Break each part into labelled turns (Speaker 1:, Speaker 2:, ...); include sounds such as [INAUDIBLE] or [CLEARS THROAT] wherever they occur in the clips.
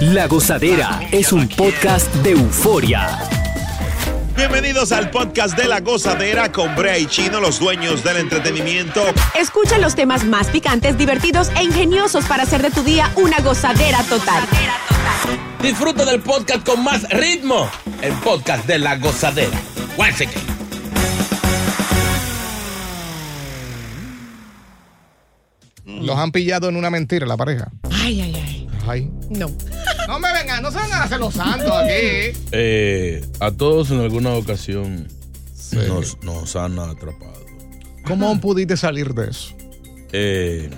Speaker 1: La Gozadera es un podcast de euforia.
Speaker 2: Bienvenidos al podcast de la gozadera con Brea y Chino, los dueños del entretenimiento.
Speaker 3: Escucha los temas más picantes, divertidos e ingeniosos para hacer de tu día una gozadera total.
Speaker 4: Disfruta del podcast con más ritmo. El podcast de la gozadera. Guáseque.
Speaker 5: Los han pillado en una mentira, la pareja.
Speaker 6: Ay, ay, ay.
Speaker 5: Ay.
Speaker 6: No.
Speaker 5: No me vengan, no se van a hacer los santos aquí.
Speaker 7: Eh, a todos en alguna ocasión nos, nos han atrapado.
Speaker 5: ¿Cómo pudiste salir de eso?
Speaker 7: Eh,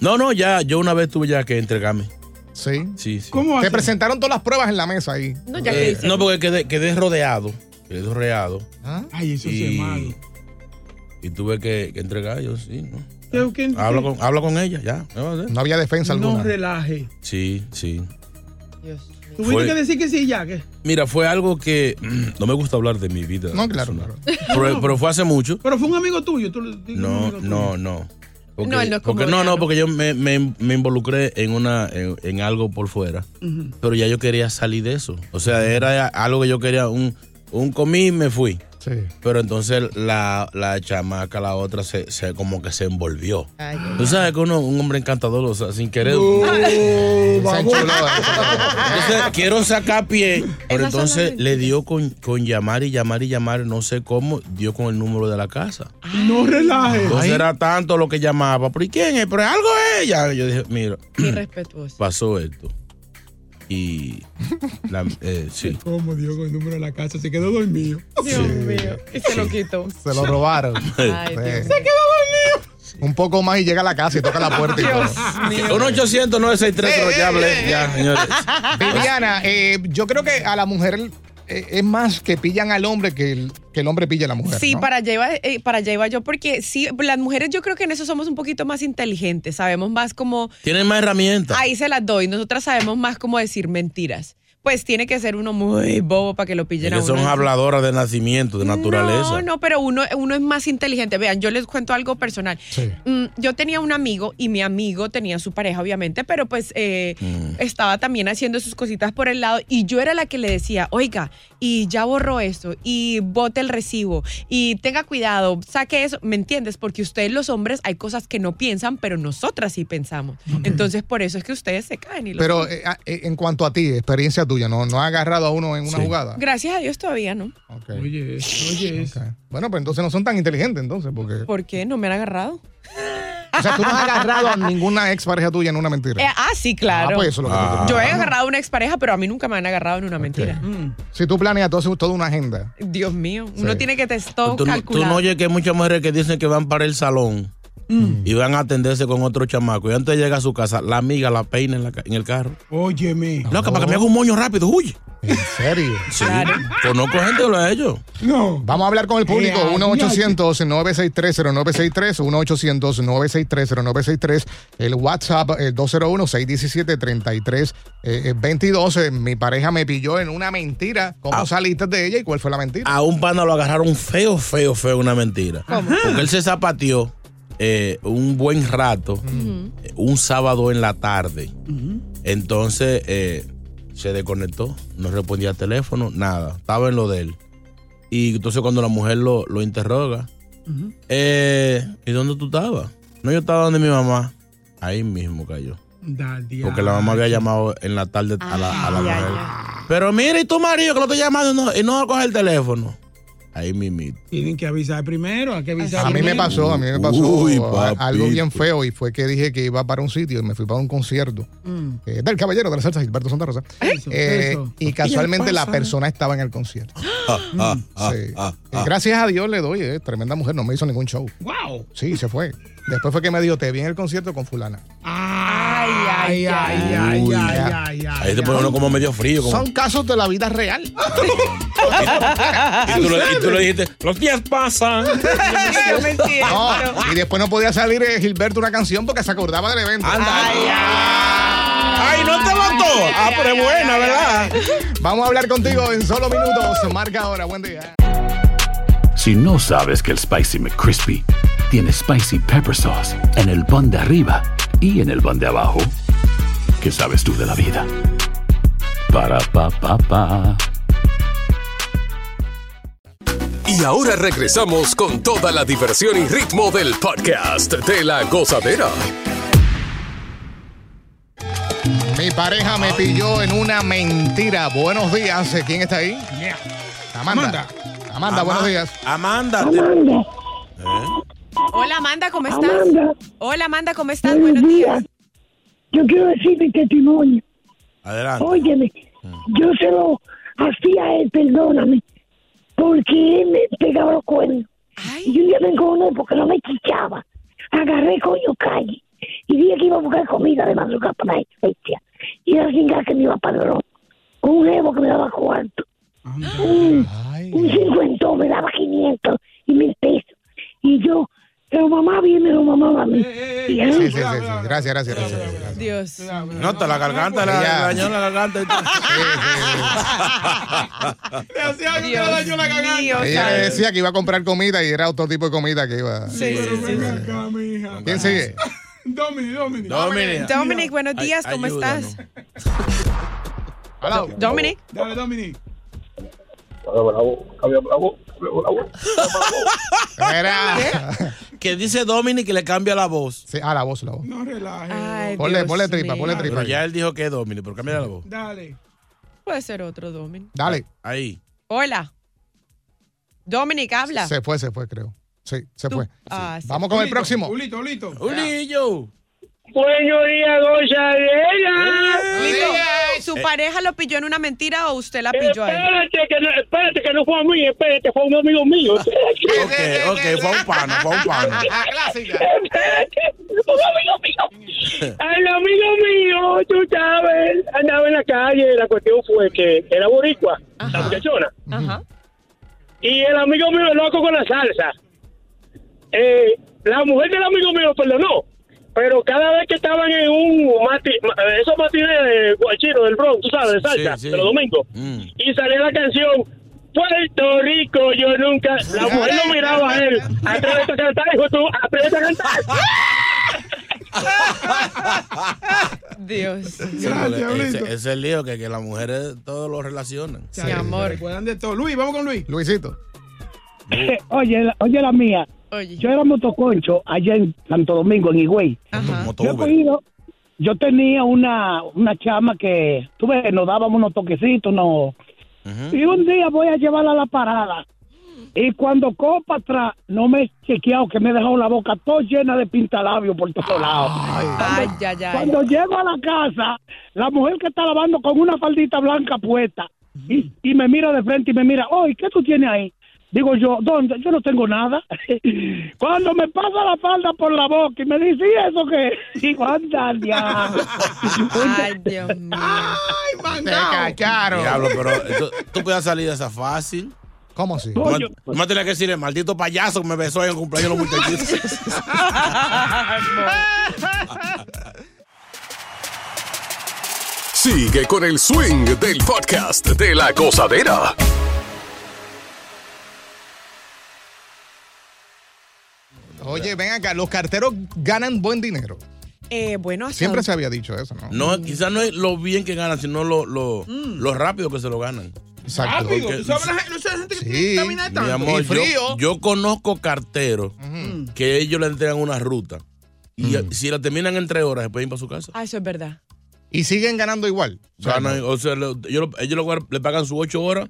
Speaker 7: no, no, ya, yo una vez tuve ya que entregarme.
Speaker 5: Sí.
Speaker 7: Sí, sí.
Speaker 5: Te presentaron todas las pruebas en la mesa ahí.
Speaker 6: No,
Speaker 7: Eh,
Speaker 6: ya que dice.
Speaker 7: no, porque quedé, quedé rodeado. Quedé rodeado.
Speaker 5: ¿Ah?
Speaker 8: Ay, eso sí es malo.
Speaker 7: Y, Ah, y tuve que, que entregar, yo sí, ¿no?
Speaker 8: Creo que-
Speaker 7: Habla con, habla con ella, ya. ¿qué va a hacer?
Speaker 5: No había defensa
Speaker 8: No
Speaker 5: alguna.
Speaker 8: relaje.
Speaker 7: Sí, sí.
Speaker 8: Tuviste
Speaker 7: Fue-
Speaker 8: que decir que sí ya, que.
Speaker 7: Mira, fue algo que [CLEARS THROAT] no me gusta hablar de mi vida.
Speaker 5: No, claro,
Speaker 7: personal. Pero, pero fue hace mucho.
Speaker 8: Pero fue un amigo tuyo. Tú, tú- un
Speaker 7: No,
Speaker 8: amigo tuyo.
Speaker 7: no, no. Porque,
Speaker 6: No, él no es como
Speaker 7: porque, no,
Speaker 6: ella,
Speaker 7: no,
Speaker 6: ¿no?
Speaker 7: porque yo me, me- me involucré en una en, en algo por fuera, pero ya yo quería salir de eso. O sea, era algo que yo quería, un, un comí y me fui.
Speaker 5: Sí.
Speaker 7: Pero entonces la, la chamaca, la otra, se, se- como que se envolvió.
Speaker 6: Ay, ay.
Speaker 7: Tú sabes que uno, un hombre encantador, o sea, sin querer.
Speaker 5: Se enchuló eso.
Speaker 7: [LAUGHS] Entonces
Speaker 8: Ah.
Speaker 7: quiero sacar pie, pero
Speaker 6: Esas son las
Speaker 7: entonces le
Speaker 6: mentiras.
Speaker 7: dio con, con llamar y llamar y llamar, no sé cómo, dio con el número de la casa.
Speaker 8: No relaje.
Speaker 7: Entonces era tanto lo que llamaba. ¿Pero y quién es? Pero algo es ella. Yo dije,
Speaker 6: [CLEARS THROAT]
Speaker 7: mira,
Speaker 6: Irrespetuoso.
Speaker 7: pasó esto. Y. la- eh,
Speaker 6: [LAUGHS]
Speaker 7: sí.
Speaker 8: ¿Cómo dio con el número de la casa? Se quedó dormido.
Speaker 6: Dios mío. Y se lo quitó.
Speaker 5: Se lo robaron.
Speaker 6: Ay,
Speaker 5: Sí.
Speaker 6: Dios.
Speaker 5: Un poco más y llega a la casa y toca la puerta y todo.
Speaker 7: [LAUGHS] Un 800 963 pero ya hablé. Ya,
Speaker 6: [LAUGHS]
Speaker 7: señores.
Speaker 5: Viviana, eh, yo creo que a la mujer eh, es más que pillan al hombre que el, que el hombre pilla a la mujer.
Speaker 6: Sí,
Speaker 5: ¿no?
Speaker 6: para allá, iba, eh, para allá iba yo, porque sí, las mujeres yo creo que en eso somos un poquito más inteligentes, sabemos más como,
Speaker 7: Tienen más herramientas.
Speaker 6: ahí se las doy, nosotras sabemos más cómo decir mentiras. Pues tiene que ser uno muy bobo para que lo
Speaker 7: Es
Speaker 6: pillen
Speaker 7: que
Speaker 6: a uno.
Speaker 7: son habladoras de nacimiento, de naturaleza.
Speaker 6: No, no, pero uno, uno es más inteligente. Vean, yo les cuento algo personal.
Speaker 5: Sí.
Speaker 6: Mm, yo tenía un amigo y mi amigo tenía su pareja, obviamente, pero pues eh, estaba también haciendo sus cositas por el lado y yo era la que le decía, oiga, y ya borró esto, y bote el recibo, y tenga cuidado, saque eso, ¿me entiendes? Porque ustedes los hombres hay cosas que no piensan, pero nosotras sí pensamos. Entonces por eso es que ustedes se caen y los-
Speaker 5: Pero eh, a- eh, en cuanto a ti, experiencia tuya, ¿no, no ha agarrado a uno en una
Speaker 7: Sí.
Speaker 5: jugada?
Speaker 6: Gracias a Dios todavía no.
Speaker 5: Ok,
Speaker 8: Oye, eso, oye, eso.
Speaker 5: ok. Bueno, pues entonces no son tan inteligentes, entonces, porque...
Speaker 6: ¿Por qué no me han agarrado?
Speaker 5: O sea,
Speaker 8: [LAUGHS]
Speaker 5: tú no has agarrado a ninguna ex pareja tuya en una mentira.
Speaker 6: Eh, ah, sí, claro.
Speaker 5: Ah, pues eso es lo que te
Speaker 7: Ah.
Speaker 5: estoy
Speaker 6: Yo he
Speaker 5: preguntando.
Speaker 6: agarrado a una expareja, pero a mí nunca me han agarrado en una mentira.
Speaker 8: Mm.
Speaker 5: Si tú planeas todo, toda una agenda.
Speaker 6: Dios mío, uno
Speaker 5: Sí.
Speaker 6: tiene que
Speaker 7: Tú,
Speaker 6: testar
Speaker 7: tú no- tú
Speaker 6: calcular.
Speaker 7: no oyes que hay muchas mujeres que dicen que van para el salón y van a atenderse con otro chamaco. Y antes de llegar a su casa, la amiga la peina en, la ca- en el carro.
Speaker 8: Óyeme.
Speaker 7: Loca, para que me haga un moño rápido, huye.
Speaker 5: En serio.
Speaker 7: Sí, Conozco gente que lo ha hecho.
Speaker 8: No.
Speaker 5: Vamos a hablar con el público.
Speaker 8: Eh,
Speaker 5: 1-800-963-0963. 1-800-963-0963. El WhatsApp, el 201-617-3322. Eh, mi pareja me pilló en una mentira. ¿Cómo saliste de ella y cuál fue la mentira?
Speaker 7: A un pana lo agarraron feo, feo, feo, una mentira. Porque él se zapateó eh, un buen rato, eh, un sábado en la tarde. Entonces eh, se desconectó, no respondía al teléfono, nada, estaba en lo de él. Y entonces cuando la mujer lo, lo interroga, eh, ¿y dónde tú estabas? No, yo estaba donde mi mamá. Ahí mismo cayó. Porque la mamá había llamado en la tarde a la, a la mujer. Pero mira, y tu marido que lo está llamando y no, y no coge el teléfono. Ahí mimito.
Speaker 8: Tienen que avisar primero, hay que avisar
Speaker 5: A mí me
Speaker 8: primero.
Speaker 5: pasó, a mí me pasó
Speaker 7: Uy,
Speaker 5: a- algo bien
Speaker 7: papito.
Speaker 5: feo y fue que dije que iba para un sitio y me fui para un concierto
Speaker 8: Mm.
Speaker 5: eh, del caballero de la salsa Gilberto Santa Rosa.
Speaker 8: Eso,
Speaker 5: Eh,
Speaker 8: eso.
Speaker 5: Y casualmente la
Speaker 8: pasa?
Speaker 5: persona estaba en el concierto.
Speaker 7: Ah, ah,
Speaker 5: Sí.
Speaker 7: ah,
Speaker 5: Y
Speaker 7: ah.
Speaker 5: Gracias a Dios le doy, eh, tremenda mujer, no me hizo ningún show.
Speaker 8: ¡Wow!
Speaker 5: Sí, se fue. Después fue que me dijo, te vi en el concierto con fulana.
Speaker 8: ¡Ay, ay, ay,
Speaker 7: Uy.
Speaker 8: ay, ay, ay, ay!
Speaker 7: Ahí te pone uno como medio frío. Como,
Speaker 5: Son casos de la vida real.
Speaker 8: [LAUGHS]
Speaker 7: y, tú le, y tú le dijiste, los días pasan.
Speaker 6: [LAUGHS]
Speaker 5: No, y después no podía salir eh, Gilberto una canción porque se acordaba del evento.
Speaker 8: Ah.
Speaker 7: Anda. Ay, no te mató. Ah, pero es buena, ¿verdad?
Speaker 5: Vamos a hablar contigo en solo minutos. Marca ahora, buen día.
Speaker 1: Si no sabes que el Spicy McCrispy tiene Spicy Pepper Sauce en el pan de arriba y en el pan de abajo, ¿qué sabes tú de la vida? Para, pa, pa, pa.
Speaker 9: Y ahora regresamos con toda la diversión y ritmo del podcast de la gozadera.
Speaker 5: Mi pareja me pilló en una mentira. Buenos días. eh, ¿Quién está ahí? Amanda. Amanda, buenos días.
Speaker 7: Amanda.
Speaker 6: Hola Amanda, ¿cómo estás? Hola Amanda, ¿cómo estás? Buenos días.
Speaker 10: Yo quiero decir mi testimonio.
Speaker 7: Adelante.
Speaker 10: Óyeme, yo se lo hacía a él, perdóname, porque él me pegaba los cuernos. Y yo un día me encojoné porque no me chichaba. Agarré coño calle y dije que iba a buscar comida de madrugada para la bestia. Y la chingada que me iba para Dorón. Con un evo que me daba cuarto. Un, un cincuentón me daba 500 y mil pesos. Y yo, pero mamá bien, pero mamá a
Speaker 8: Eh,
Speaker 10: mí. Y
Speaker 6: Uh,
Speaker 10: yo,
Speaker 5: Sí, sí, sí, sí. Gracias, gracias, gracias. gracias.
Speaker 6: Dios.
Speaker 7: Nota la garganta, le
Speaker 5: Ya.
Speaker 7: dañó la garganta.
Speaker 8: Te hacía algo que
Speaker 6: Dios
Speaker 8: le dañó la cagada.
Speaker 6: mío,
Speaker 5: Ella
Speaker 6: santo.
Speaker 5: decía que iba a comprar comida y era otro tipo de comida que iba.
Speaker 6: Sí, sí, sí.
Speaker 8: Ven acá, mija.
Speaker 5: ¿Quién sigue?
Speaker 8: Domini, Domini.
Speaker 7: [LAUGHS] Dominic.
Speaker 6: Dominic, buenos días, ¿cómo
Speaker 7: Ayúdanos.
Speaker 6: estás?
Speaker 5: Hola.
Speaker 6: Dominic.
Speaker 8: Dale, Domini.
Speaker 5: Era.
Speaker 7: Que dice Dominic que le cambia la voz.
Speaker 5: Sí, ah, la voz, la voz.
Speaker 8: No relajes.
Speaker 6: Ay,
Speaker 5: Ponle,
Speaker 6: Dios
Speaker 5: ponle tripa,
Speaker 6: mío.
Speaker 5: ponle tripa.
Speaker 7: Pero ya él dijo que es Dominic, pero cambia la voz.
Speaker 8: Dale.
Speaker 6: Puede ser otro Dominic.
Speaker 5: Dale.
Speaker 7: Ahí.
Speaker 6: Hola. Dominic, habla.
Speaker 5: Se fue, se fue, creo. Sí, se
Speaker 6: Tú-
Speaker 5: fue.
Speaker 6: Ah, sí.
Speaker 5: Vamos con el
Speaker 8: Ulito,
Speaker 5: próximo.
Speaker 8: Ulito, Ulito.
Speaker 7: Ulillo.
Speaker 10: Buenos días, gozadera.
Speaker 6: Lito, ¿Su pareja lo pilló en una mentira o usted la pilló a él?
Speaker 10: Eh, Espérate que, no, espérate, que no fue a mí, espérate, fue a un
Speaker 6: [LAUGHS]
Speaker 10: amigo mío.
Speaker 7: Ok, ok, fue un pano, fue un pano.
Speaker 10: Espérate, fue un amigo mío. Al amigo mío, tú sabes, andaba en la calle, la cuestión fue que era boricua, la muchachona.
Speaker 6: Ajá.
Speaker 10: Y el amigo mío loco con la salsa. Eh, la mujer del amigo mío perdonó. Pero cada vez que estaban en un mati, ma- esos matines de guachino del Bronx, tú sabes, de salsa,
Speaker 7: Sí, sí.
Speaker 10: de los domingos,
Speaker 7: Mm.
Speaker 10: y salía la canción Puerto Rico, yo nunca, la mujer lo miraba a él, atrévete a cantar, hijo tú, atrévete a cantar.
Speaker 6: [LAUGHS] Dios.
Speaker 8: Gracias,
Speaker 7: Ese-
Speaker 8: Ulito.
Speaker 7: Ese es el lío que, que las mujeres todos lo relacionan.
Speaker 8: Sí,
Speaker 6: Mi amor.
Speaker 8: Recuerdan de todo. Luis, vamos con Luis.
Speaker 5: Luisito.
Speaker 10: Eh, Oye, la- oye la mía,
Speaker 6: Oye.
Speaker 10: yo era motoconcho allá en Santo Domingo, en Higüey.
Speaker 6: Ajá.
Speaker 10: Yo he cogido, yo tenía una, una chama que, tú ves, nos dábamos unos toquecitos, no. Y un día voy a llevarla a la parada. Y cuando cojo para atrás, no me he chequeado que me he dejado la boca toda llena de pintalabios por todos lados.
Speaker 6: Ay, ya, ya.
Speaker 10: Cuando llego a la casa, la mujer que está lavando con una faldita blanca puesta y, y me mira de frente y me mira, oye, ¿qué tú tienes ahí? Digo yo, ¿dónde? Yo no tengo nada. [LAUGHS] Cuando me pasa la falda por la boca y me dice, ¿y eso qué? [LAUGHS] Digo, anda, ya.
Speaker 5: [LAUGHS]
Speaker 6: Ay, Dios mío.
Speaker 8: Ay,
Speaker 5: Te
Speaker 8: mangao.
Speaker 5: cacharon.
Speaker 7: Diablo, pero eh, tú, tú podías salir de esa fácil.
Speaker 5: ¿Cómo así?
Speaker 11: Pues
Speaker 7: Tú más- tú más tenías que decir el maldito payaso que me besó en el cumpleaños de los muchachitos.
Speaker 9: Sigue con el swing del podcast de la gozadera.
Speaker 5: Oye, ven acá, los carteros ganan buen dinero.
Speaker 6: Eh, bueno, hasta
Speaker 5: Siempre se había dicho eso, ¿no?
Speaker 7: No, quizás no es lo bien que ganan, sino lo, lo, lo rápido que se lo ganan.
Speaker 11: Ah,
Speaker 5: Exacto.
Speaker 8: Rápido.
Speaker 7: Porque-
Speaker 8: ¿Tú sabes la gente, no sabes la gente
Speaker 5: [LAUGHS]
Speaker 8: que
Speaker 5: Sí.
Speaker 8: tiene que caminar
Speaker 7: Mi
Speaker 8: tanto?
Speaker 7: amor,
Speaker 5: Y frío.
Speaker 7: Yo, yo conozco carteros que ellos le entregan una ruta. Y eh, si la terminan en tres horas, se pueden ir para su casa.
Speaker 6: Ah, eso es verdad.
Speaker 5: Y siguen ganando igual.
Speaker 7: Ganan, o sea, lo- ellos, lo- ellos lo- le pagan sus ocho horas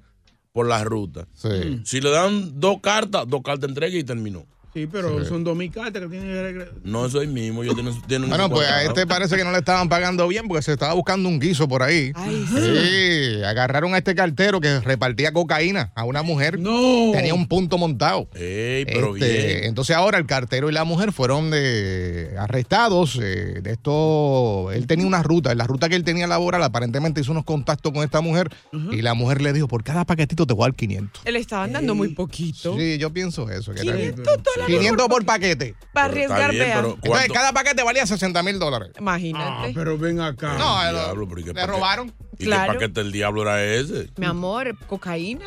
Speaker 7: por la ruta.
Speaker 5: Sí.
Speaker 7: Si le dan dos cartas, dos cartas entrega y terminó.
Speaker 8: Sí, pero
Speaker 7: Sí.
Speaker 8: son dos mil cartas que tienen que regresar.
Speaker 7: No, eso es mismo. Yo tengo, tienen
Speaker 5: Bueno,
Speaker 7: su
Speaker 5: pues a
Speaker 7: cuenta,
Speaker 5: este
Speaker 7: ¿no?
Speaker 5: parece que no le estaban pagando bien porque se estaba buscando un guiso por ahí.
Speaker 7: Ah.
Speaker 5: sí. Agarraron a este cartero que repartía cocaína a una mujer.
Speaker 8: No.
Speaker 5: Tenía un punto montado.
Speaker 7: Ey, pero
Speaker 5: Este,
Speaker 7: bien.
Speaker 5: Entonces ahora el cartero y la mujer fueron de- arrestados. eh, de esto, él tenía una ruta. En la ruta que él tenía laboral, aparentemente hizo unos contactos con esta mujer y la mujer le dijo, por cada paquetito te voy a dar 500.
Speaker 6: Le estaban dando muy poquito.
Speaker 5: Sí, yo pienso eso. que era-
Speaker 6: 500
Speaker 5: 500 por paquete.
Speaker 6: Para arriesgar,
Speaker 5: bien,
Speaker 6: vea.
Speaker 5: pero Ah, Entonces, ¿cuánto? cada paquete valía 60 mil dólares.
Speaker 6: Imagínate.
Speaker 8: pero ven acá.
Speaker 5: No, eh,
Speaker 7: El
Speaker 5: lo-
Speaker 7: diablo, pero ¿y qué
Speaker 5: le
Speaker 7: paquete-
Speaker 5: robaron.
Speaker 7: ¿Y
Speaker 6: Claro.
Speaker 7: qué paquete el diablo era ese?
Speaker 6: Mi amor, cocaína.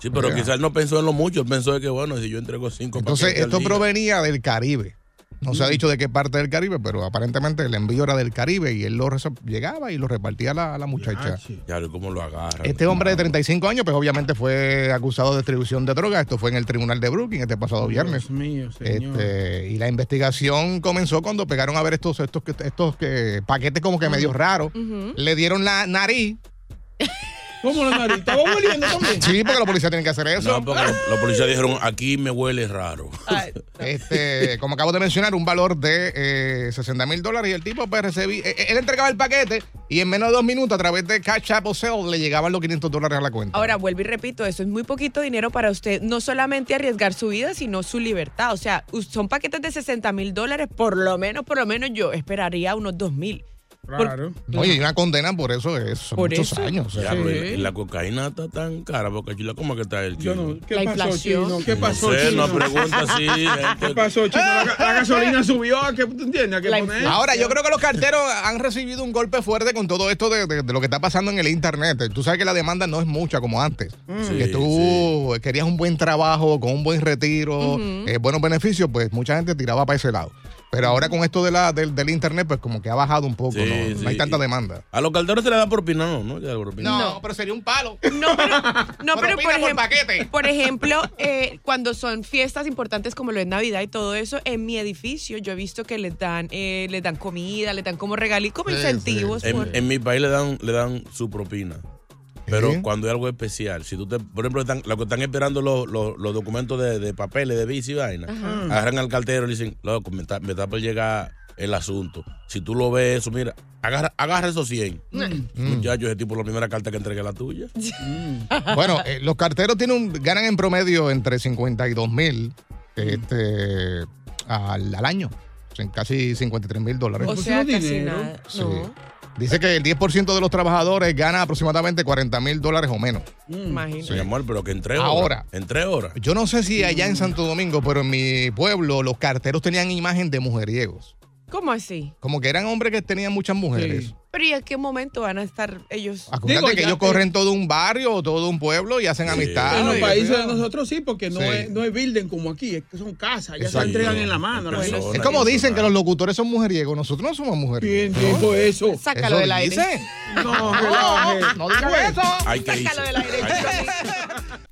Speaker 7: Sí, pero
Speaker 5: Oiga.
Speaker 7: quizás él no pensó en lo mucho. Él pensó de que, bueno, si yo entrego cinco
Speaker 5: Entonces,
Speaker 7: paquetes al
Speaker 5: esto
Speaker 7: día.
Speaker 5: provenía del Caribe. No se ha dicho de qué parte del Caribe, pero aparentemente el envío era del Caribe y él lo rece- llegaba y lo repartía a la, a la muchacha.
Speaker 7: Diablo, ¿cómo lo agarra?
Speaker 5: Este hombre de 35 años, pues obviamente fue acusado de distribución de drogas. Esto fue en el tribunal de Brooklyn este pasado viernes.
Speaker 8: Dios mío, señor.
Speaker 5: Este, y la investigación comenzó cuando pegaron a ver estos, estos, que- estos que, paquetes como que medio raros.
Speaker 8: Ujú.
Speaker 5: Le dieron la nariz.
Speaker 8: ¿Cómo la nariz? ¿Estaba oliendo también?
Speaker 5: Sí, porque la policía tiene que hacer eso.
Speaker 7: No, porque los, los policías dijeron, aquí me huele raro.
Speaker 5: Este, como acabo de mencionar, un valor de eh, 60 mil dólares y el tipo pues recibí, eh, él entregaba el paquete y en menos de dos minutos a través de Cash App o Zelle le llegaban los 500 dólares a la cuenta.
Speaker 6: Ahora, vuelvo y repito, eso es muy poquito dinero para usted, no solamente arriesgar su vida, sino su libertad. O sea, us- son paquetes de 60 mil dólares, por lo menos, por lo menos yo esperaría unos 2 mil.
Speaker 8: Claro.
Speaker 5: Oye, y una condena por eso es son
Speaker 6: Por
Speaker 5: muchos
Speaker 6: eso.
Speaker 5: años. o sea.
Speaker 7: Diablo, y la cocaína está tan cara, porque chila, ¿cómo que está el kilo?
Speaker 8: ¿Qué
Speaker 6: La
Speaker 8: pasó,
Speaker 6: inflación.
Speaker 8: Chino? ¿Qué
Speaker 7: No
Speaker 8: pasó,
Speaker 7: sé,
Speaker 8: Chino?
Speaker 7: no pregunta
Speaker 8: [LAUGHS]
Speaker 7: así, gente.
Speaker 8: ¿Qué pasó, Chino? La, ga-
Speaker 6: [LAUGHS]
Speaker 8: la gasolina subió. ¿a ¿Qué tú entiendes? ¿A qué poner?
Speaker 5: Ahora, yo creo que los carteros han recibido un golpe fuerte con todo esto de, de- de lo que está pasando en el Internet. Tú sabes que la demanda no es mucha como antes.
Speaker 7: Mm.
Speaker 5: que
Speaker 7: Sí,
Speaker 5: tú querías un buen trabajo, con un buen retiro,
Speaker 7: Ujú.
Speaker 5: eh, buenos beneficios, pues mucha gente tiraba para ese lado. Pero ahora con esto de la, del, del Internet, pues como que ha bajado un poco,
Speaker 7: Sí,
Speaker 5: ¿no?
Speaker 7: sí.
Speaker 5: No hay tanta demanda.
Speaker 7: A los calderos se le da propina, no, no, ya propina.
Speaker 5: pero sería un palo.
Speaker 6: No, pero, no, pero por,
Speaker 5: Propina por
Speaker 6: ejem-
Speaker 5: paquete.
Speaker 6: por ejemplo, eh, cuando son fiestas importantes como lo es Navidad y todo eso, en mi edificio yo he visto que les dan, eh, les dan comida, les dan como regalí, como incentivos. por-
Speaker 7: En, en mi país le dan, le dan su propina.
Speaker 8: ¿Eh?
Speaker 7: Pero cuando hay algo especial, si tú te, por ejemplo, están, lo que están esperando los, los, los documentos de, de papeles, de bici y vaina,
Speaker 8: Ajá.
Speaker 7: agarran al cartero y le dicen, loco, me está, me está por llegar el asunto. Si tú lo ves eso, mira, agarra, agarra esos 100.
Speaker 8: Mm.
Speaker 7: Muchachos, ese tipo, la primera carta que entregué la tuya.
Speaker 5: Bueno, eh, los carteros tienen un- ganan en promedio entre 52 mil este, al, al año, O sea, casi 53 mil dólares.
Speaker 6: o sea, casi nada.
Speaker 5: pues Sí.
Speaker 6: No,
Speaker 5: Dice que el 10% de los trabajadores gana aproximadamente 40 mil dólares o menos.
Speaker 6: imagínate.
Speaker 7: Mi amor, pero que en tres
Speaker 5: Ahora.
Speaker 7: horas. En tres horas.
Speaker 5: Yo no sé si allá en Santo Domingo, pero en mi pueblo los carteros tenían imagen de mujeriegos.
Speaker 6: ¿Cómo así?
Speaker 5: Como que eran hombres que tenían muchas mujeres.
Speaker 6: Pero ¿y a qué momento van a estar ellos?
Speaker 5: Acuérdate que ellos corren todo un barrio o todo un pueblo y hacen amistad.
Speaker 8: En los
Speaker 5: Sí.
Speaker 8: países de nosotros sí, porque no,
Speaker 5: Ah, Sí.
Speaker 8: Es, no es building como aquí, es que son casas, ya se
Speaker 5: Exacto.
Speaker 8: entregan en la mano.
Speaker 5: Es como dicen que los locutores son mujeriegos, nosotros no somos mujeriegos.
Speaker 8: ¿Quién dijo eso?
Speaker 5: Sácalo del aire.
Speaker 8: No, relaje.
Speaker 5: no digas eso.
Speaker 7: Hay que irse.
Speaker 6: [LAUGHS]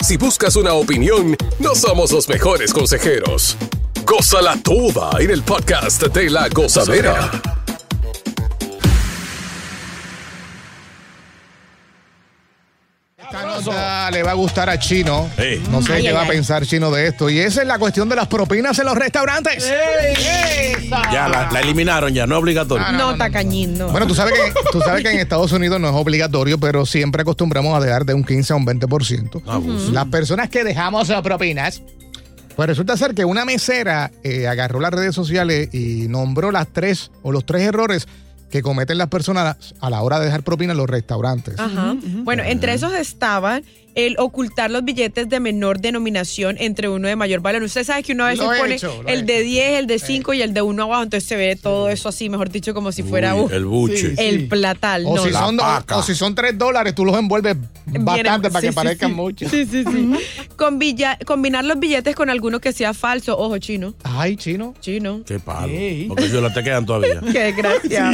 Speaker 12: Si buscas una opinión, no somos los mejores consejeros. Goza la tuba en el podcast de la gozadera.
Speaker 5: Esta nota le va a gustar a Chino.
Speaker 7: eh,
Speaker 5: No sé
Speaker 13: Ay,
Speaker 5: qué
Speaker 13: ay,
Speaker 5: va
Speaker 13: ay.
Speaker 5: a pensar Chino de esto. Y esa es la cuestión de las propinas en los restaurantes.
Speaker 7: Ya, la, la eliminaron ya, no es obligatorio.
Speaker 6: Ah, No, tacañín, no.
Speaker 5: Bueno, tú sabes, que, tú sabes que en Estados Unidos no es obligatorio, pero siempre acostumbramos a dejar de un 15 a un 20%.
Speaker 7: Abuso.
Speaker 5: Las personas que dejamos las propinas. Pues resulta ser que una mesera eh, agarró las redes sociales y nombró las tres o los tres errores que cometen las personas a la hora de dejar propina en los restaurantes.
Speaker 6: Ajá. Bueno, entre esos estaban el ocultar los billetes de menor denominación entre uno de mayor valor. Usted sabe que uno a veces
Speaker 3: Lo he
Speaker 6: pone
Speaker 3: hecho, lo he
Speaker 6: el de 10, el de 5 y el de 1 abajo, entonces se ve todo eso así, mejor dicho, como si fuera
Speaker 7: Uy,
Speaker 6: un-
Speaker 7: el buche.
Speaker 6: El platal.
Speaker 5: O,
Speaker 6: no,
Speaker 5: si
Speaker 6: no.
Speaker 5: son, o, o si son tres dólares, tú los envuelves bastante para
Speaker 6: sí,
Speaker 5: que
Speaker 6: sí,
Speaker 5: parezcan
Speaker 6: sí.
Speaker 5: mucho.
Speaker 6: Sí, sí, sí. Con villa- combinar los billetes con alguno que sea falso. Ojo, chino.
Speaker 5: Ay,
Speaker 6: [LAUGHS]
Speaker 5: chino.
Speaker 6: Chino.
Speaker 7: Qué palo.
Speaker 6: Ey.
Speaker 7: Porque yo la te quedan todavía.
Speaker 6: [LAUGHS] Qué desgracia.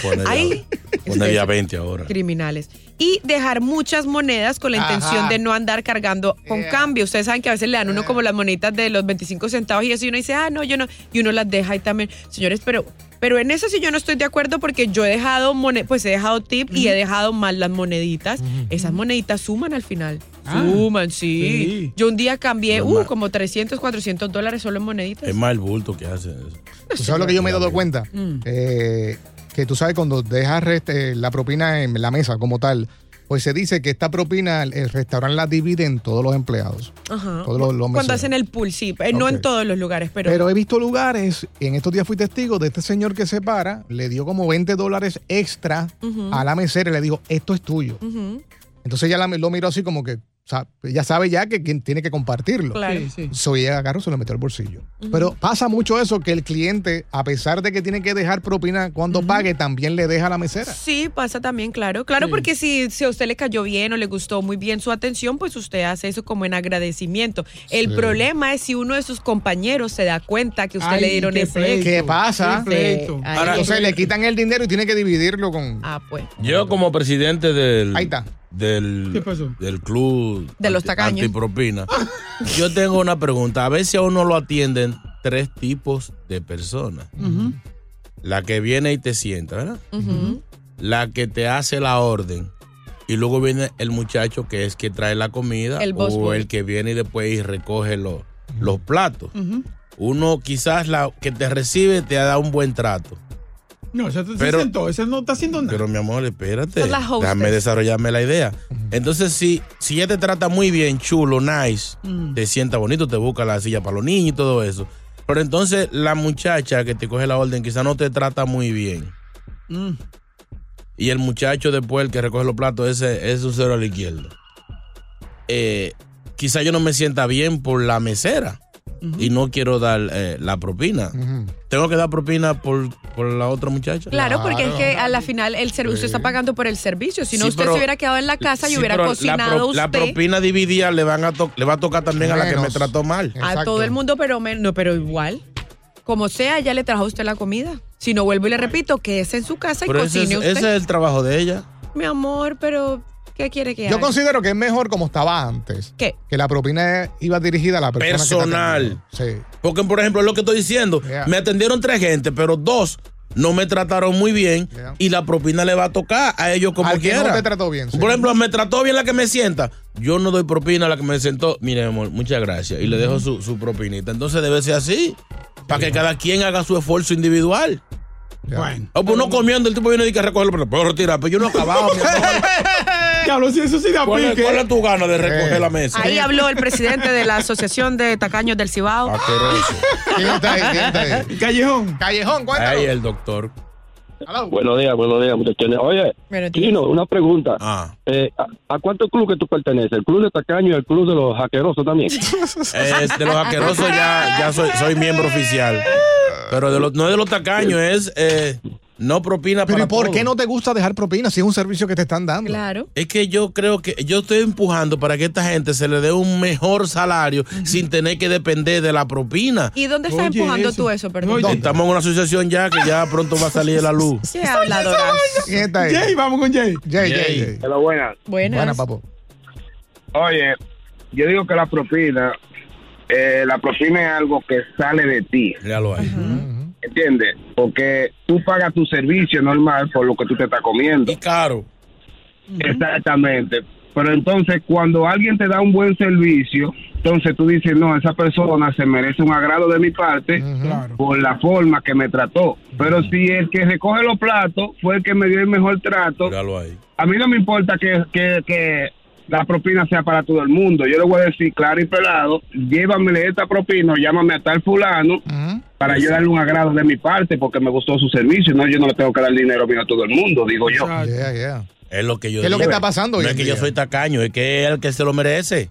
Speaker 7: Pone ya-
Speaker 6: Ay,
Speaker 7: pone ya 20 ahora.
Speaker 6: criminales. Y dejar muchas monedas con la
Speaker 7: Ajá.
Speaker 6: intención de no andar cargando con cambio. Ustedes saben que a veces le dan uno como las moneditas de los 25 centavos y eso, y uno dice, ah, no, yo no. Y uno las deja ahí también. Señores, pero. Pero en eso sí yo no estoy de acuerdo porque yo he dejado mone- pues he dejado tip y he dejado mal las moneditas. Esas moneditas suman al final.
Speaker 7: Ah.
Speaker 6: suman, sí.
Speaker 7: Sí.
Speaker 6: Yo un día cambié,
Speaker 7: Lo
Speaker 6: uh,
Speaker 7: más-
Speaker 6: como 300, 400 dólares solo en moneditas.
Speaker 7: Es más el bulto que hace.
Speaker 5: ¿Tú sabes lo que yo me he dado cuenta?
Speaker 6: Mm.
Speaker 5: Eh, que tú sabes cuando dejas rest- eh, la propina en la mesa como tal, pues se dice que esta propina el- el restaurante la divide en todos los empleados.
Speaker 6: Ajá.
Speaker 5: Todos los- los meseros.
Speaker 6: Cuando hacen el pool, sí. Eh, No
Speaker 5: Ok.
Speaker 6: en todos los lugares, pero.
Speaker 5: Pero, he visto lugares, y en estos días fui testigo de este señor que se para, le dio como 20 dólares extra
Speaker 6: Ujú.
Speaker 5: a la mesera y le dijo, esto es tuyo.
Speaker 6: Ujú.
Speaker 5: Entonces ella la- lo miró así como que, o sea, ya sabe ya que quien tiene que compartirlo.
Speaker 6: Claro. Sí, sí.
Speaker 5: So, ella agarró, se lo metió al bolsillo. Pero pasa mucho eso, que el cliente, a pesar de que tiene que dejar propina cuando pague, también le deja a la mesera.
Speaker 6: Sí, pasa también, claro. Claro, porque si, si a usted le cayó bien o le gustó muy bien su atención, pues usted hace eso como en agradecimiento. El
Speaker 5: Sí.
Speaker 6: problema es si uno de sus compañeros se da cuenta que usted
Speaker 5: Ay,
Speaker 6: le dieron
Speaker 5: qué
Speaker 6: ese
Speaker 5: pleito,
Speaker 6: extra.
Speaker 5: ¿Qué pasa?
Speaker 6: Sí,
Speaker 5: Qué pleito.
Speaker 6: ahí
Speaker 7: Ahora-
Speaker 5: Entonces le quitan el dinero y tiene que dividirlo con...
Speaker 6: Ah, pues.
Speaker 7: Yo como presidente del
Speaker 5: Ahí está.
Speaker 7: del
Speaker 5: ¿Qué pasó?
Speaker 7: del club
Speaker 6: De los
Speaker 7: anti-
Speaker 6: tacaños.
Speaker 7: antipropina. Yo tengo una pregunta, a ver si a uno lo atienden tres tipos de personas.
Speaker 13: Ujú.
Speaker 7: La que viene y te sienta, ¿verdad?
Speaker 13: Ujú.
Speaker 7: La que te hace la orden y luego viene el muchacho que es que trae la comida
Speaker 13: El
Speaker 7: o
Speaker 13: busboy.
Speaker 7: el que viene y después y recoge los los platos. Uno quizás la que te recibe te da un buen trato.
Speaker 8: No, esa, se
Speaker 7: Pero-
Speaker 8: sentó, esa no está haciendo nada.
Speaker 7: Pero mi amor, espérate.
Speaker 8: Son las hostess.
Speaker 7: Déjame desarrollarme la idea. Entonces, si, si ella te trata muy bien, chulo, nice,
Speaker 8: Mm.
Speaker 7: te sienta bonito, te busca la silla para los niños y todo eso. Pero entonces la muchacha que te coge la orden quizá no te trata muy bien.
Speaker 8: Mm.
Speaker 7: Y el muchacho después, el que recoge los platos, ese es un cero a la izquierda. Eh, quizá yo no me sienta bien por la mesera y no quiero dar eh, la propina. ¿Tengo que dar propina por, por la otra muchacha?
Speaker 6: Claro, porque es que a la final el ser- usted está pagando por el servicio. Si no,
Speaker 7: Sí,
Speaker 6: usted
Speaker 7: pero-
Speaker 6: se hubiera quedado en la casa y
Speaker 7: Sí,
Speaker 6: hubiera
Speaker 7: pero la
Speaker 6: cocinado
Speaker 7: pro-
Speaker 6: usted.
Speaker 7: la, propina dividida le, van a to- le va a tocar también a la que me
Speaker 5: Menos.
Speaker 7: trató mal.
Speaker 6: A todo el mundo, pero men- no, pero igual. Como sea, ya le trajo a usted la comida. Si no vuelvo y le repito, quédese en su casa y
Speaker 7: Pero ese
Speaker 6: cocine
Speaker 7: es,
Speaker 6: usted.
Speaker 7: ese es el trabajo de ella.
Speaker 6: Mi amor, pero ¿qué quiere que
Speaker 5: Yo
Speaker 6: haga?
Speaker 5: considero que es mejor como estaba antes.
Speaker 6: ¿Qué?
Speaker 5: Que la propina iba dirigida a la persona. que está
Speaker 7: Personal.
Speaker 5: atendiendo. Sí.
Speaker 7: Porque, por ejemplo, es lo que estoy diciendo.
Speaker 5: Yeah.
Speaker 7: Me atendieron tres gente, pero dos no me trataron muy bien
Speaker 5: Yeah.
Speaker 7: y la propina le va a tocar a ellos como
Speaker 5: Al que
Speaker 7: quiera.
Speaker 5: no te trató bien, sí.
Speaker 7: Por ejemplo, me trató bien la que me sienta. Yo no doy propina a la que me sentó. Mire, mi amor, muchas gracias. Y le dejo su, su propinita. Entonces debe ser así. Para que cada quien haga su esfuerzo individual.
Speaker 8: Bueno.
Speaker 7: O pues no comiendo, el tipo viene y dice que recoge pero puedo retirar, pero yo no he acabado,
Speaker 5: [LAUGHS]
Speaker 7: mi amor.
Speaker 8: Diablo, si eso sí da
Speaker 7: ¿Cuál, es-
Speaker 8: pique.
Speaker 7: cuál es tu gana de recoger
Speaker 5: Eh.
Speaker 7: la mesa?
Speaker 6: Ahí habló el presidente de la Asociación de Tacaños del Cibao.
Speaker 7: [LAUGHS]
Speaker 5: ¿Quién está ahí? ¿Quién está ahí?
Speaker 8: Callejón.
Speaker 5: Callejón, cuéntalo.
Speaker 7: Ahí el doctor.
Speaker 14: Buenos días, buenos días, muchachones. Oye,
Speaker 6: Buenos días.
Speaker 14: Chino, una pregunta.
Speaker 8: Ah.
Speaker 7: Ah.
Speaker 14: Eh, ¿a, a cuánto club que tú perteneces? ¿El club de Tacaño y el club de los jaquerosos también?
Speaker 7: Eh, de los asquerosos ya, ya soy, soy miembro oficial. Pero de los, no es de los tacaños, es eh, no propina
Speaker 5: Pero ¿y
Speaker 7: para
Speaker 5: por
Speaker 7: todos.
Speaker 5: qué no te gusta dejar propina si es un servicio que te están dando?
Speaker 6: Ah, Claro.
Speaker 7: Es que yo creo que yo estoy empujando para que esta gente se le dé un mejor salario sin tener que depender de la propina.
Speaker 6: ¿Y dónde estás empujando tú eso, perdón?
Speaker 7: Estamos en una asociación ya que ya pronto va a salir la luz.
Speaker 6: ¿Qué habladora?
Speaker 5: ¿Quién está ahí?
Speaker 8: Jay, vamos con Jay.
Speaker 5: Jay,
Speaker 7: Jay.
Speaker 5: Jay,
Speaker 11: Pero buenas.
Speaker 6: Buenas.
Speaker 5: Buenas, papo.
Speaker 11: Oye, yo digo que la propina, eh, la propina es algo que sale de ti,
Speaker 7: Ya lo hay.
Speaker 11: ¿entiendes? Porque tú pagas tu servicio normal por lo que tú te estás comiendo. Y
Speaker 7: caro.
Speaker 11: Exactamente. Pero entonces cuando alguien te da un buen servicio, entonces tú dices, no, esa persona se merece un agrado de mi parte por la forma que me trató. Pero si el que recoge los platos fue el que me dio el mejor trato,
Speaker 7: Míralo ahí.
Speaker 11: a mí no me importa que, que, que la propina sea para todo el mundo. Yo le voy a decir claro y pelado, llévamele esta propina o llámame a tal fulano para yo darle un agrado de mi parte porque me gustó su servicio. No, yo no le tengo que dar dinero mío a todo el mundo, digo yo.
Speaker 5: Yeah, yeah.
Speaker 7: Es lo que yo
Speaker 5: ¿Qué es lo
Speaker 7: digo.
Speaker 5: que está pasando hoy
Speaker 7: No es
Speaker 5: en
Speaker 7: que yo
Speaker 5: día?
Speaker 7: soy tacaño, es que es el que se lo merece.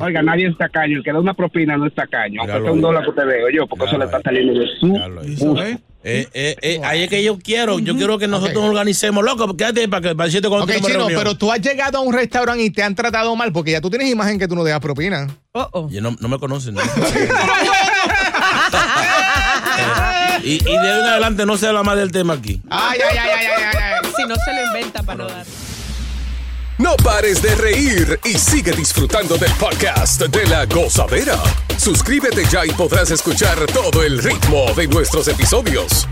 Speaker 11: Oiga, nadie es tacaño. El que da una propina no es tacaño. Aunque
Speaker 7: Míralo
Speaker 11: sea un
Speaker 7: ahí.
Speaker 11: dólar que te veo yo, porque eso le está saliendo de su. gusto.
Speaker 7: Eh, eh, eh,
Speaker 5: ah,
Speaker 7: ahí es que yo quiero, yo quiero que nosotros nos organicemos, loco, quédate ahí para que para decirte cuando
Speaker 5: Ok,
Speaker 7: tenemos
Speaker 5: chino,
Speaker 7: reunión.
Speaker 5: pero tú has llegado a un restaurante y te han tratado mal porque ya tú tienes imagen que tú no dejas propina.
Speaker 6: Oh,
Speaker 7: Yo no, no me conocen. ¿no?
Speaker 5: [LAUGHS]
Speaker 7: Eh, y, y de hoy en adelante no se habla más del tema aquí.
Speaker 5: Ay, ay, ay, ay, ay, ay, ay.
Speaker 6: Si no se lo inventa para no dar.
Speaker 12: No pares de reír y sigue disfrutando del podcast de la gozadera. Suscríbete ya y podrás escuchar todo el ritmo de nuestros episodios.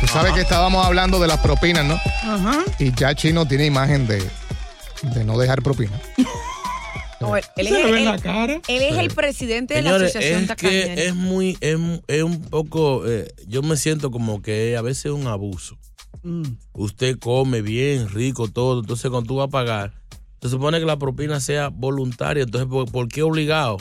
Speaker 5: Tú sabes que estábamos hablando de las propinas, ¿no?
Speaker 6: Ajá.
Speaker 5: Y ya Chino tiene imagen de, de no dejar propina.
Speaker 6: No, él, él
Speaker 7: Se
Speaker 6: es,
Speaker 7: le
Speaker 6: el,
Speaker 7: ve en
Speaker 6: él-
Speaker 7: la cara.
Speaker 6: él es
Speaker 7: Sí.
Speaker 6: el presidente de
Speaker 7: Señores,
Speaker 6: la asociación
Speaker 7: es que
Speaker 6: tacaña.
Speaker 7: es muy, es, es un poco, eh, yo me siento como que a veces es un abuso.
Speaker 5: Mm.
Speaker 7: Usted come bien, rico, todo, entonces cuando tú vas a pagar, se supone que la propina sea voluntaria, entonces ¿por, por qué obligado?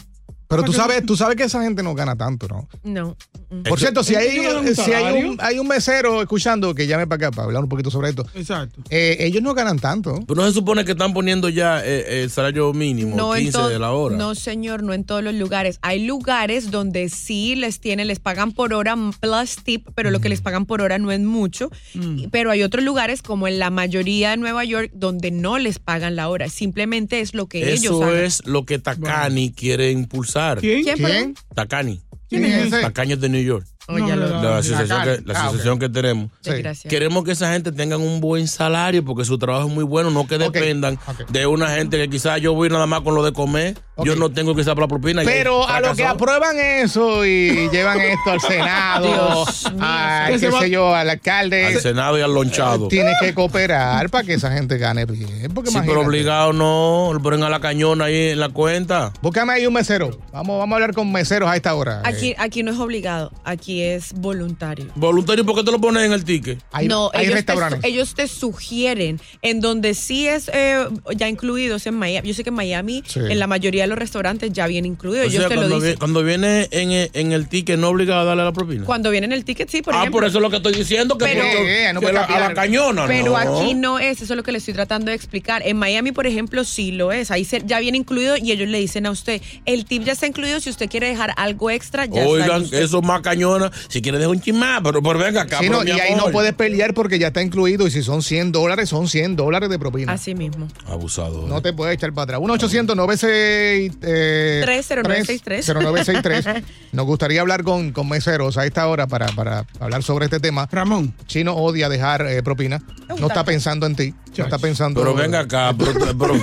Speaker 5: Pero tú sabes, tú sabes que esa gente no gana tanto, ¿no?
Speaker 6: No. mm.
Speaker 5: Por cierto, si, hay, si hay, un,
Speaker 8: salario.
Speaker 5: hay un mesero escuchando que llame para acá para hablar un poquito sobre esto,
Speaker 8: Exacto.
Speaker 5: eh, ellos no ganan tanto.
Speaker 7: Pero no se supone que están poniendo ya eh, el salario mínimo,
Speaker 6: No, en
Speaker 7: 15
Speaker 6: todo-
Speaker 7: de la hora.
Speaker 6: no, señor, no en todos los lugares. Hay lugares donde sí les tienen, les pagan por hora plus tip, pero lo que
Speaker 7: Mm.
Speaker 6: les pagan por hora no es mucho. Y- Pero hay otros lugares, como en la mayoría de Nueva York, donde no les pagan la hora. Simplemente es lo que ellos
Speaker 7: Eso
Speaker 6: hagan.
Speaker 7: es lo que Takani quiere impulsar.
Speaker 6: ¿Quién? ¿Quién, perdón?
Speaker 7: Takani.
Speaker 6: ¿Quién es ese?
Speaker 7: Tacaños de New York.
Speaker 6: Oh, ya
Speaker 5: Ah,
Speaker 6: lo-
Speaker 7: la asociación,
Speaker 6: Takani.
Speaker 7: que, la
Speaker 6: Ah,
Speaker 7: asociación que tenemos.
Speaker 6: Sí. Desgraciado.
Speaker 7: Queremos que esa gente tengan un buen salario porque su trabajo es muy bueno, no que dependan de una gente que quizás yo voy nada más con lo de comer, yo no tengo quizás para la propina. y
Speaker 5: Pero a lo que
Speaker 7: fracasado.
Speaker 5: aprueban eso y llevan esto al Senado,
Speaker 7: Dios mío.
Speaker 5: al,
Speaker 7: Que se
Speaker 5: qué
Speaker 7: va-
Speaker 5: sé yo, al alcalde,
Speaker 7: al Senado y al lonchado.
Speaker 5: tienes que cooperar para que esa gente gane bien. Porque
Speaker 7: Sí, pero
Speaker 5: imagínate.
Speaker 7: obligado no, lo ponen a la cañona ahí en la cuenta.
Speaker 5: Búscame ahí un mesero. Vamos, vamos a hablar con meseros a esta hora.
Speaker 6: Aquí, aquí no es obligado, aquí es voluntario.
Speaker 7: Voluntario, ¿por qué te lo pones en el ticket?
Speaker 6: no, ellos, Te, su- ellos te sugieren en donde sí es eh, ya incluidos en Miami. Yo sé que en Miami,
Speaker 7: Sí.
Speaker 6: en la mayoría de los restaurantes ya viene incluido.
Speaker 7: O
Speaker 6: ellos
Speaker 7: sea,
Speaker 6: te lo
Speaker 7: cuando,
Speaker 6: dicen.
Speaker 7: vi- cuando viene en, e- en el ticket, no obligado a darle la propina.
Speaker 6: Cuando viene en el ticket, sí, por
Speaker 7: ah,
Speaker 6: ejemplo.
Speaker 7: por eso es lo que estoy diciendo, que,
Speaker 6: Pero-
Speaker 7: porque-
Speaker 6: Eh, eh, no
Speaker 7: que
Speaker 6: puede
Speaker 7: la- a
Speaker 6: cambiar.
Speaker 7: la cañona.
Speaker 6: Pero
Speaker 7: no.
Speaker 6: aquí no es, eso es lo que le estoy tratando de explicar. En Miami, por ejemplo, sí lo es. Ahí se- ya viene incluido y ellos le dicen a usted, el tip ya está incluido, si usted quiere dejar algo extra, ya está.
Speaker 7: Oigan,
Speaker 6: listo".
Speaker 7: eso es más cañona. Si quieres dejar un chimá, pero, pero venga acá.
Speaker 5: Sí,
Speaker 7: pero
Speaker 5: no,
Speaker 7: mi
Speaker 5: y ahí
Speaker 7: amor.
Speaker 5: no puedes pelear porque ya está incluido. Y si son 100 dólares, son 100 dólares de propina.
Speaker 6: Así mismo.
Speaker 7: Abusado.
Speaker 5: No te puedes echar para atrás. 1 800 eh,
Speaker 6: 30963. [LAUGHS]
Speaker 5: 0963 Nos gustaría hablar con, con meseros a esta hora para, para hablar sobre este tema. Ramón. Chino odia dejar eh, propina. No está pensando en ti. No está pensando
Speaker 7: Pero venga acá. Pero,
Speaker 6: [LAUGHS]
Speaker 7: pero-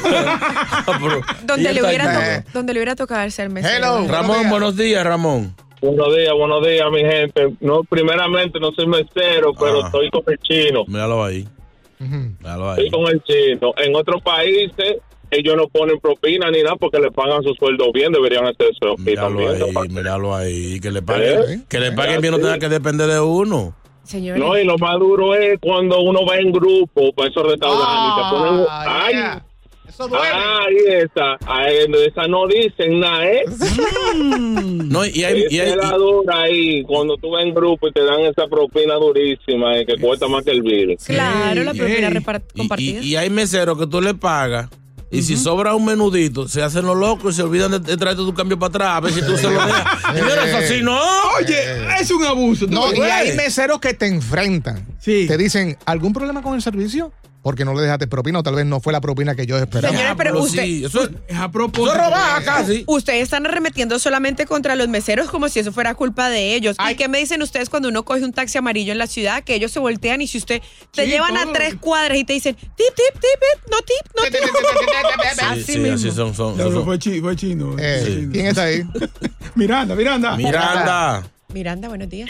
Speaker 7: pero-
Speaker 6: Donde le,
Speaker 7: y esta-
Speaker 6: hubiera
Speaker 7: Eh,
Speaker 6: to- donde le hubiera tocado ser mesero.
Speaker 7: Ramón, buenos días, Ramón.
Speaker 13: Buenos días, buenos días, mi gente. No, primeramente no soy mesero, pero
Speaker 7: Ah.
Speaker 13: estoy con el chino.
Speaker 7: Míralo ahí. Míralo ahí.
Speaker 13: Estoy con el chino. En otros países ellos no ponen propina ni nada porque le pagan su sueldo bien, deberían hacer eso. Y también,
Speaker 7: Ahí, míralo ahí. Que le paguen,
Speaker 13: ¿Eh?
Speaker 7: que le paguen bien, no tenga que depender de uno.
Speaker 6: Señores.
Speaker 13: No, y lo más duro es cuando uno va en grupo para esos restaurantes.
Speaker 5: Ah,
Speaker 13: te ponen- ay,
Speaker 6: Ah.
Speaker 13: ay, esa, ay, esa no dicen nada, ¿eh? Mm.
Speaker 7: No, y hay- y hay-
Speaker 13: Esa es la dura ahí, cuando tú vas en grupo y te dan esa propina durísima, eh, que cuesta más que el virus.
Speaker 6: Claro, la propina repart-
Speaker 7: Y- Y, y hay meseros que tú le pagas. Y si sobra un menudito, se hacen los locos y se olvidan de, de traerte tu cambio para atrás. A ver si tú se lo dejas.
Speaker 8: [LAUGHS]
Speaker 7: Señores, eso sí no. Eh.
Speaker 8: Oye, es un abuso.
Speaker 5: No, y
Speaker 8: ¿Tú
Speaker 5: hay
Speaker 8: ves?
Speaker 5: meseros que te enfrentan. Te dicen, ¿algún problema con el servicio? Porque no le dejaste propina o tal vez no fue la propina que yo esperaba.
Speaker 6: Señores,
Speaker 7: ah,
Speaker 6: pero usted,
Speaker 7: es a
Speaker 8: propósito.
Speaker 6: Ustedes están arremetiendo solamente contra los meseros como si eso fuera culpa de ellos. ¿Y qué me dicen ustedes cuando uno coge un taxi amarillo en la ciudad? Que ellos se voltean y si usted te
Speaker 3: Sí,
Speaker 6: llevan a
Speaker 3: todo.
Speaker 6: tres cuadras y te dicen tip, tip, tip, tip, no tip, no tip.
Speaker 7: Sí, sí, así son. son,
Speaker 8: Pero
Speaker 7: son-
Speaker 8: Fue chi- fue chino.
Speaker 7: Sí.
Speaker 5: Eh, ¿Quién está ahí?
Speaker 8: [LAUGHS] Miranda, Miranda.
Speaker 7: Miranda.
Speaker 6: Miranda, buenos días.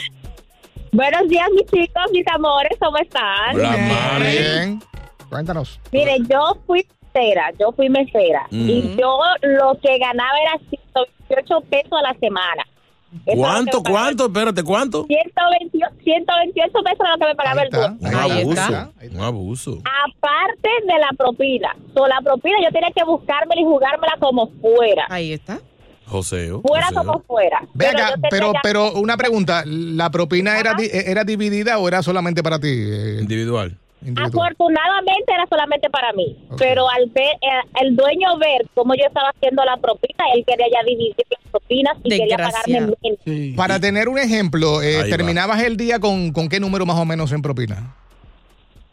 Speaker 15: Buenos días, mis chicos, mis amores, ¿cómo están?
Speaker 5: Bien. Cuéntanos.
Speaker 15: Mire, yo fui mesera, yo fui mesera.
Speaker 5: Mm.
Speaker 15: Y yo lo que ganaba era 128 pesos a la semana. Eso es lo
Speaker 7: ¿Cuánto,
Speaker 15: que me pagaba.
Speaker 7: cuánto? Espérate, ¿cuánto?
Speaker 15: 128, 128 pesos era lo que me pagaba el dueño.
Speaker 7: Un abuso. Un abuso.
Speaker 15: Aparte de la propina. So, la propina yo tenía que buscármela y jugármela como fuera.
Speaker 6: Ahí está.
Speaker 7: Joseo.
Speaker 15: Fuera como fuera.
Speaker 5: Ve acá,
Speaker 15: yo te
Speaker 5: pero,
Speaker 15: tenía-
Speaker 5: pero una pregunta, ¿la propina era, di- era dividida o era solamente para ti? eh,
Speaker 7: Individual.
Speaker 15: Ah, Afortunadamente era solamente para mí, pero al ver eh, el dueño ver cómo yo estaba haciendo la propina, él quería ya dividir las propinas y quería pagarme menos.
Speaker 7: [LAUGHS]
Speaker 5: Para tener un ejemplo, eh,
Speaker 15: Ahí va.
Speaker 5: ¿terminabas el día con, con qué número más o menos en propina?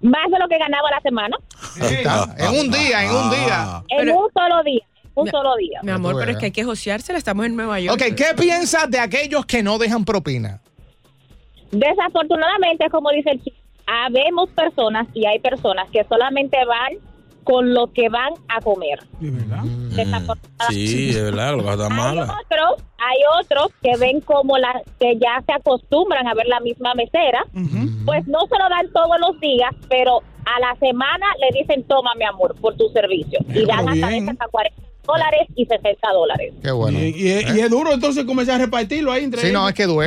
Speaker 15: más de lo que ganaba la semana.
Speaker 7: Ah,
Speaker 5: Ahí está. en un día, en un día.
Speaker 15: En un solo día, un solo día.
Speaker 6: Mi amor, pero es que hay que joseársela, estamos en Nueva York.
Speaker 5: Ok, ¿qué piensas de aquellos que no dejan propina?
Speaker 15: Desafortunadamente, como dice el chico,
Speaker 16: Ah,
Speaker 15: habemos personas y hay personas que solamente van con lo que van a comer. Desafortunadamente.
Speaker 7: Sí, es verdad, lo vas a dar mala.
Speaker 15: Otros, hay otros que ven como la que ya se acostumbran a ver la misma mesera, pues no se lo dan todos los días, pero a la semana le dicen toma mi amor por tu servicio y dan hasta veces hasta 40 dólares y 60 dólares.
Speaker 5: Qué bueno.
Speaker 8: Y, y- y es duro entonces comenzar a repartirlo ahí entre ellos.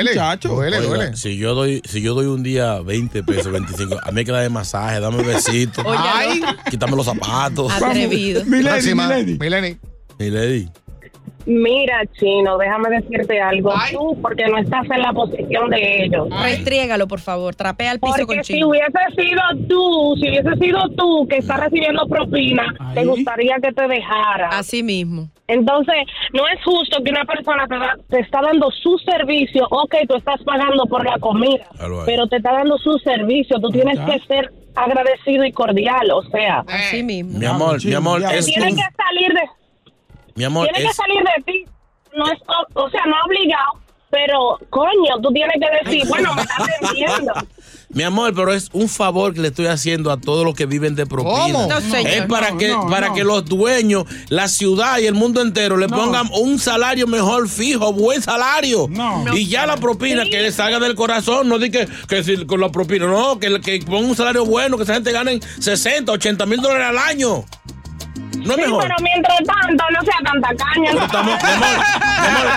Speaker 8: Muchacho.
Speaker 7: Oiga, Si yo doy, si yo doy un día 20 pesos, 25, a mí hay que darle masaje, dame besitos.
Speaker 8: Oye,
Speaker 7: Ay, quítame los zapatos.
Speaker 8: Atrevido. Vamos, Milady,
Speaker 7: Máxima.
Speaker 8: Milady.
Speaker 7: Milady.
Speaker 16: Mira, Chino, déjame decirte algo. Tú, porque no estás en la posición de ellos.
Speaker 6: Restriégalo, por favor. Trapea el piso
Speaker 16: Porque
Speaker 6: con
Speaker 16: si
Speaker 6: chino.
Speaker 16: hubiese sido tú, si hubiese sido tú que estás recibiendo propina, te gustaría que te dejara.
Speaker 6: Así mismo.
Speaker 16: Entonces, no es justo que una persona te, da- te está dando su servicio. Ok, tú estás pagando por la comida,
Speaker 7: Claro, ahí.
Speaker 16: pero te está dando su servicio. Tú tienes que ser agradecido y cordial, o sea.
Speaker 6: Así mismo.
Speaker 7: Mi amor, mi amor, es
Speaker 16: Tiene
Speaker 7: un-
Speaker 16: que salir de
Speaker 7: mi amor,
Speaker 16: tiene que
Speaker 7: es-
Speaker 16: salir de ti. No es, o, o sea, no obligado, pero coño, tú tienes que decir, bueno, me estás vendiendo.
Speaker 7: mi amor, pero es un favor que le estoy haciendo a todos los que viven de propina.
Speaker 16: ¿Cómo? No, señor.
Speaker 7: es para
Speaker 16: No,
Speaker 7: que
Speaker 16: no,
Speaker 7: para
Speaker 16: no.
Speaker 7: que los dueños, la ciudad y el mundo entero le pongan un salario mejor fijo, buen salario. Y ya la propina que le salga del corazón, no diga que, que si con la propina, no, que, que ponga un salario bueno, que esa gente gane 60, 80 mil dólares al año. No es
Speaker 16: Sí,
Speaker 7: mejor.
Speaker 16: pero mientras tanto, no sea tanta caña.
Speaker 7: Pero estamos- mi amor, mi amor,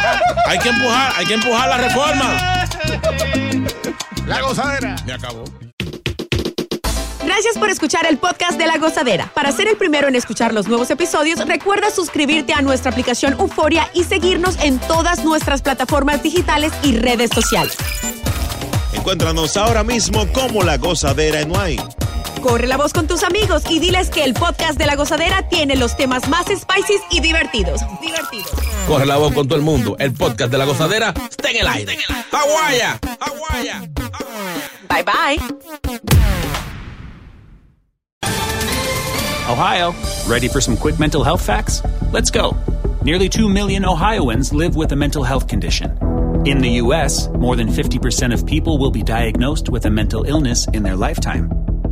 Speaker 7: hay que empujar, hay que empujar la reforma.
Speaker 5: La gozadera.
Speaker 7: Me acabó.
Speaker 3: [LAUGHS] Gracias por escuchar el podcast de La Gozadera. Para ser el primero en escuchar los nuevos episodios, recuerda suscribirte a nuestra aplicación Euforia y seguirnos en todas nuestras plataformas digitales y redes sociales.
Speaker 2: Encuéntranos ahora mismo como La Gozadera en Wine.
Speaker 3: Corre la voz con tus amigos y diles que el podcast de La Gozadera tiene los temas más spicy y divertidos. Divertidos.
Speaker 7: Corre la voz con todo el mundo. El podcast de la gozadera está en el aire. ¡Aguaya!
Speaker 3: Bye bye.
Speaker 17: Ohio, ready for some quick mental health facts? Let's go. Nearly 2 million Ohioans live with a mental health condition. In the U.S., more than 50% of people will be diagnosed with a mental illness in their lifetime.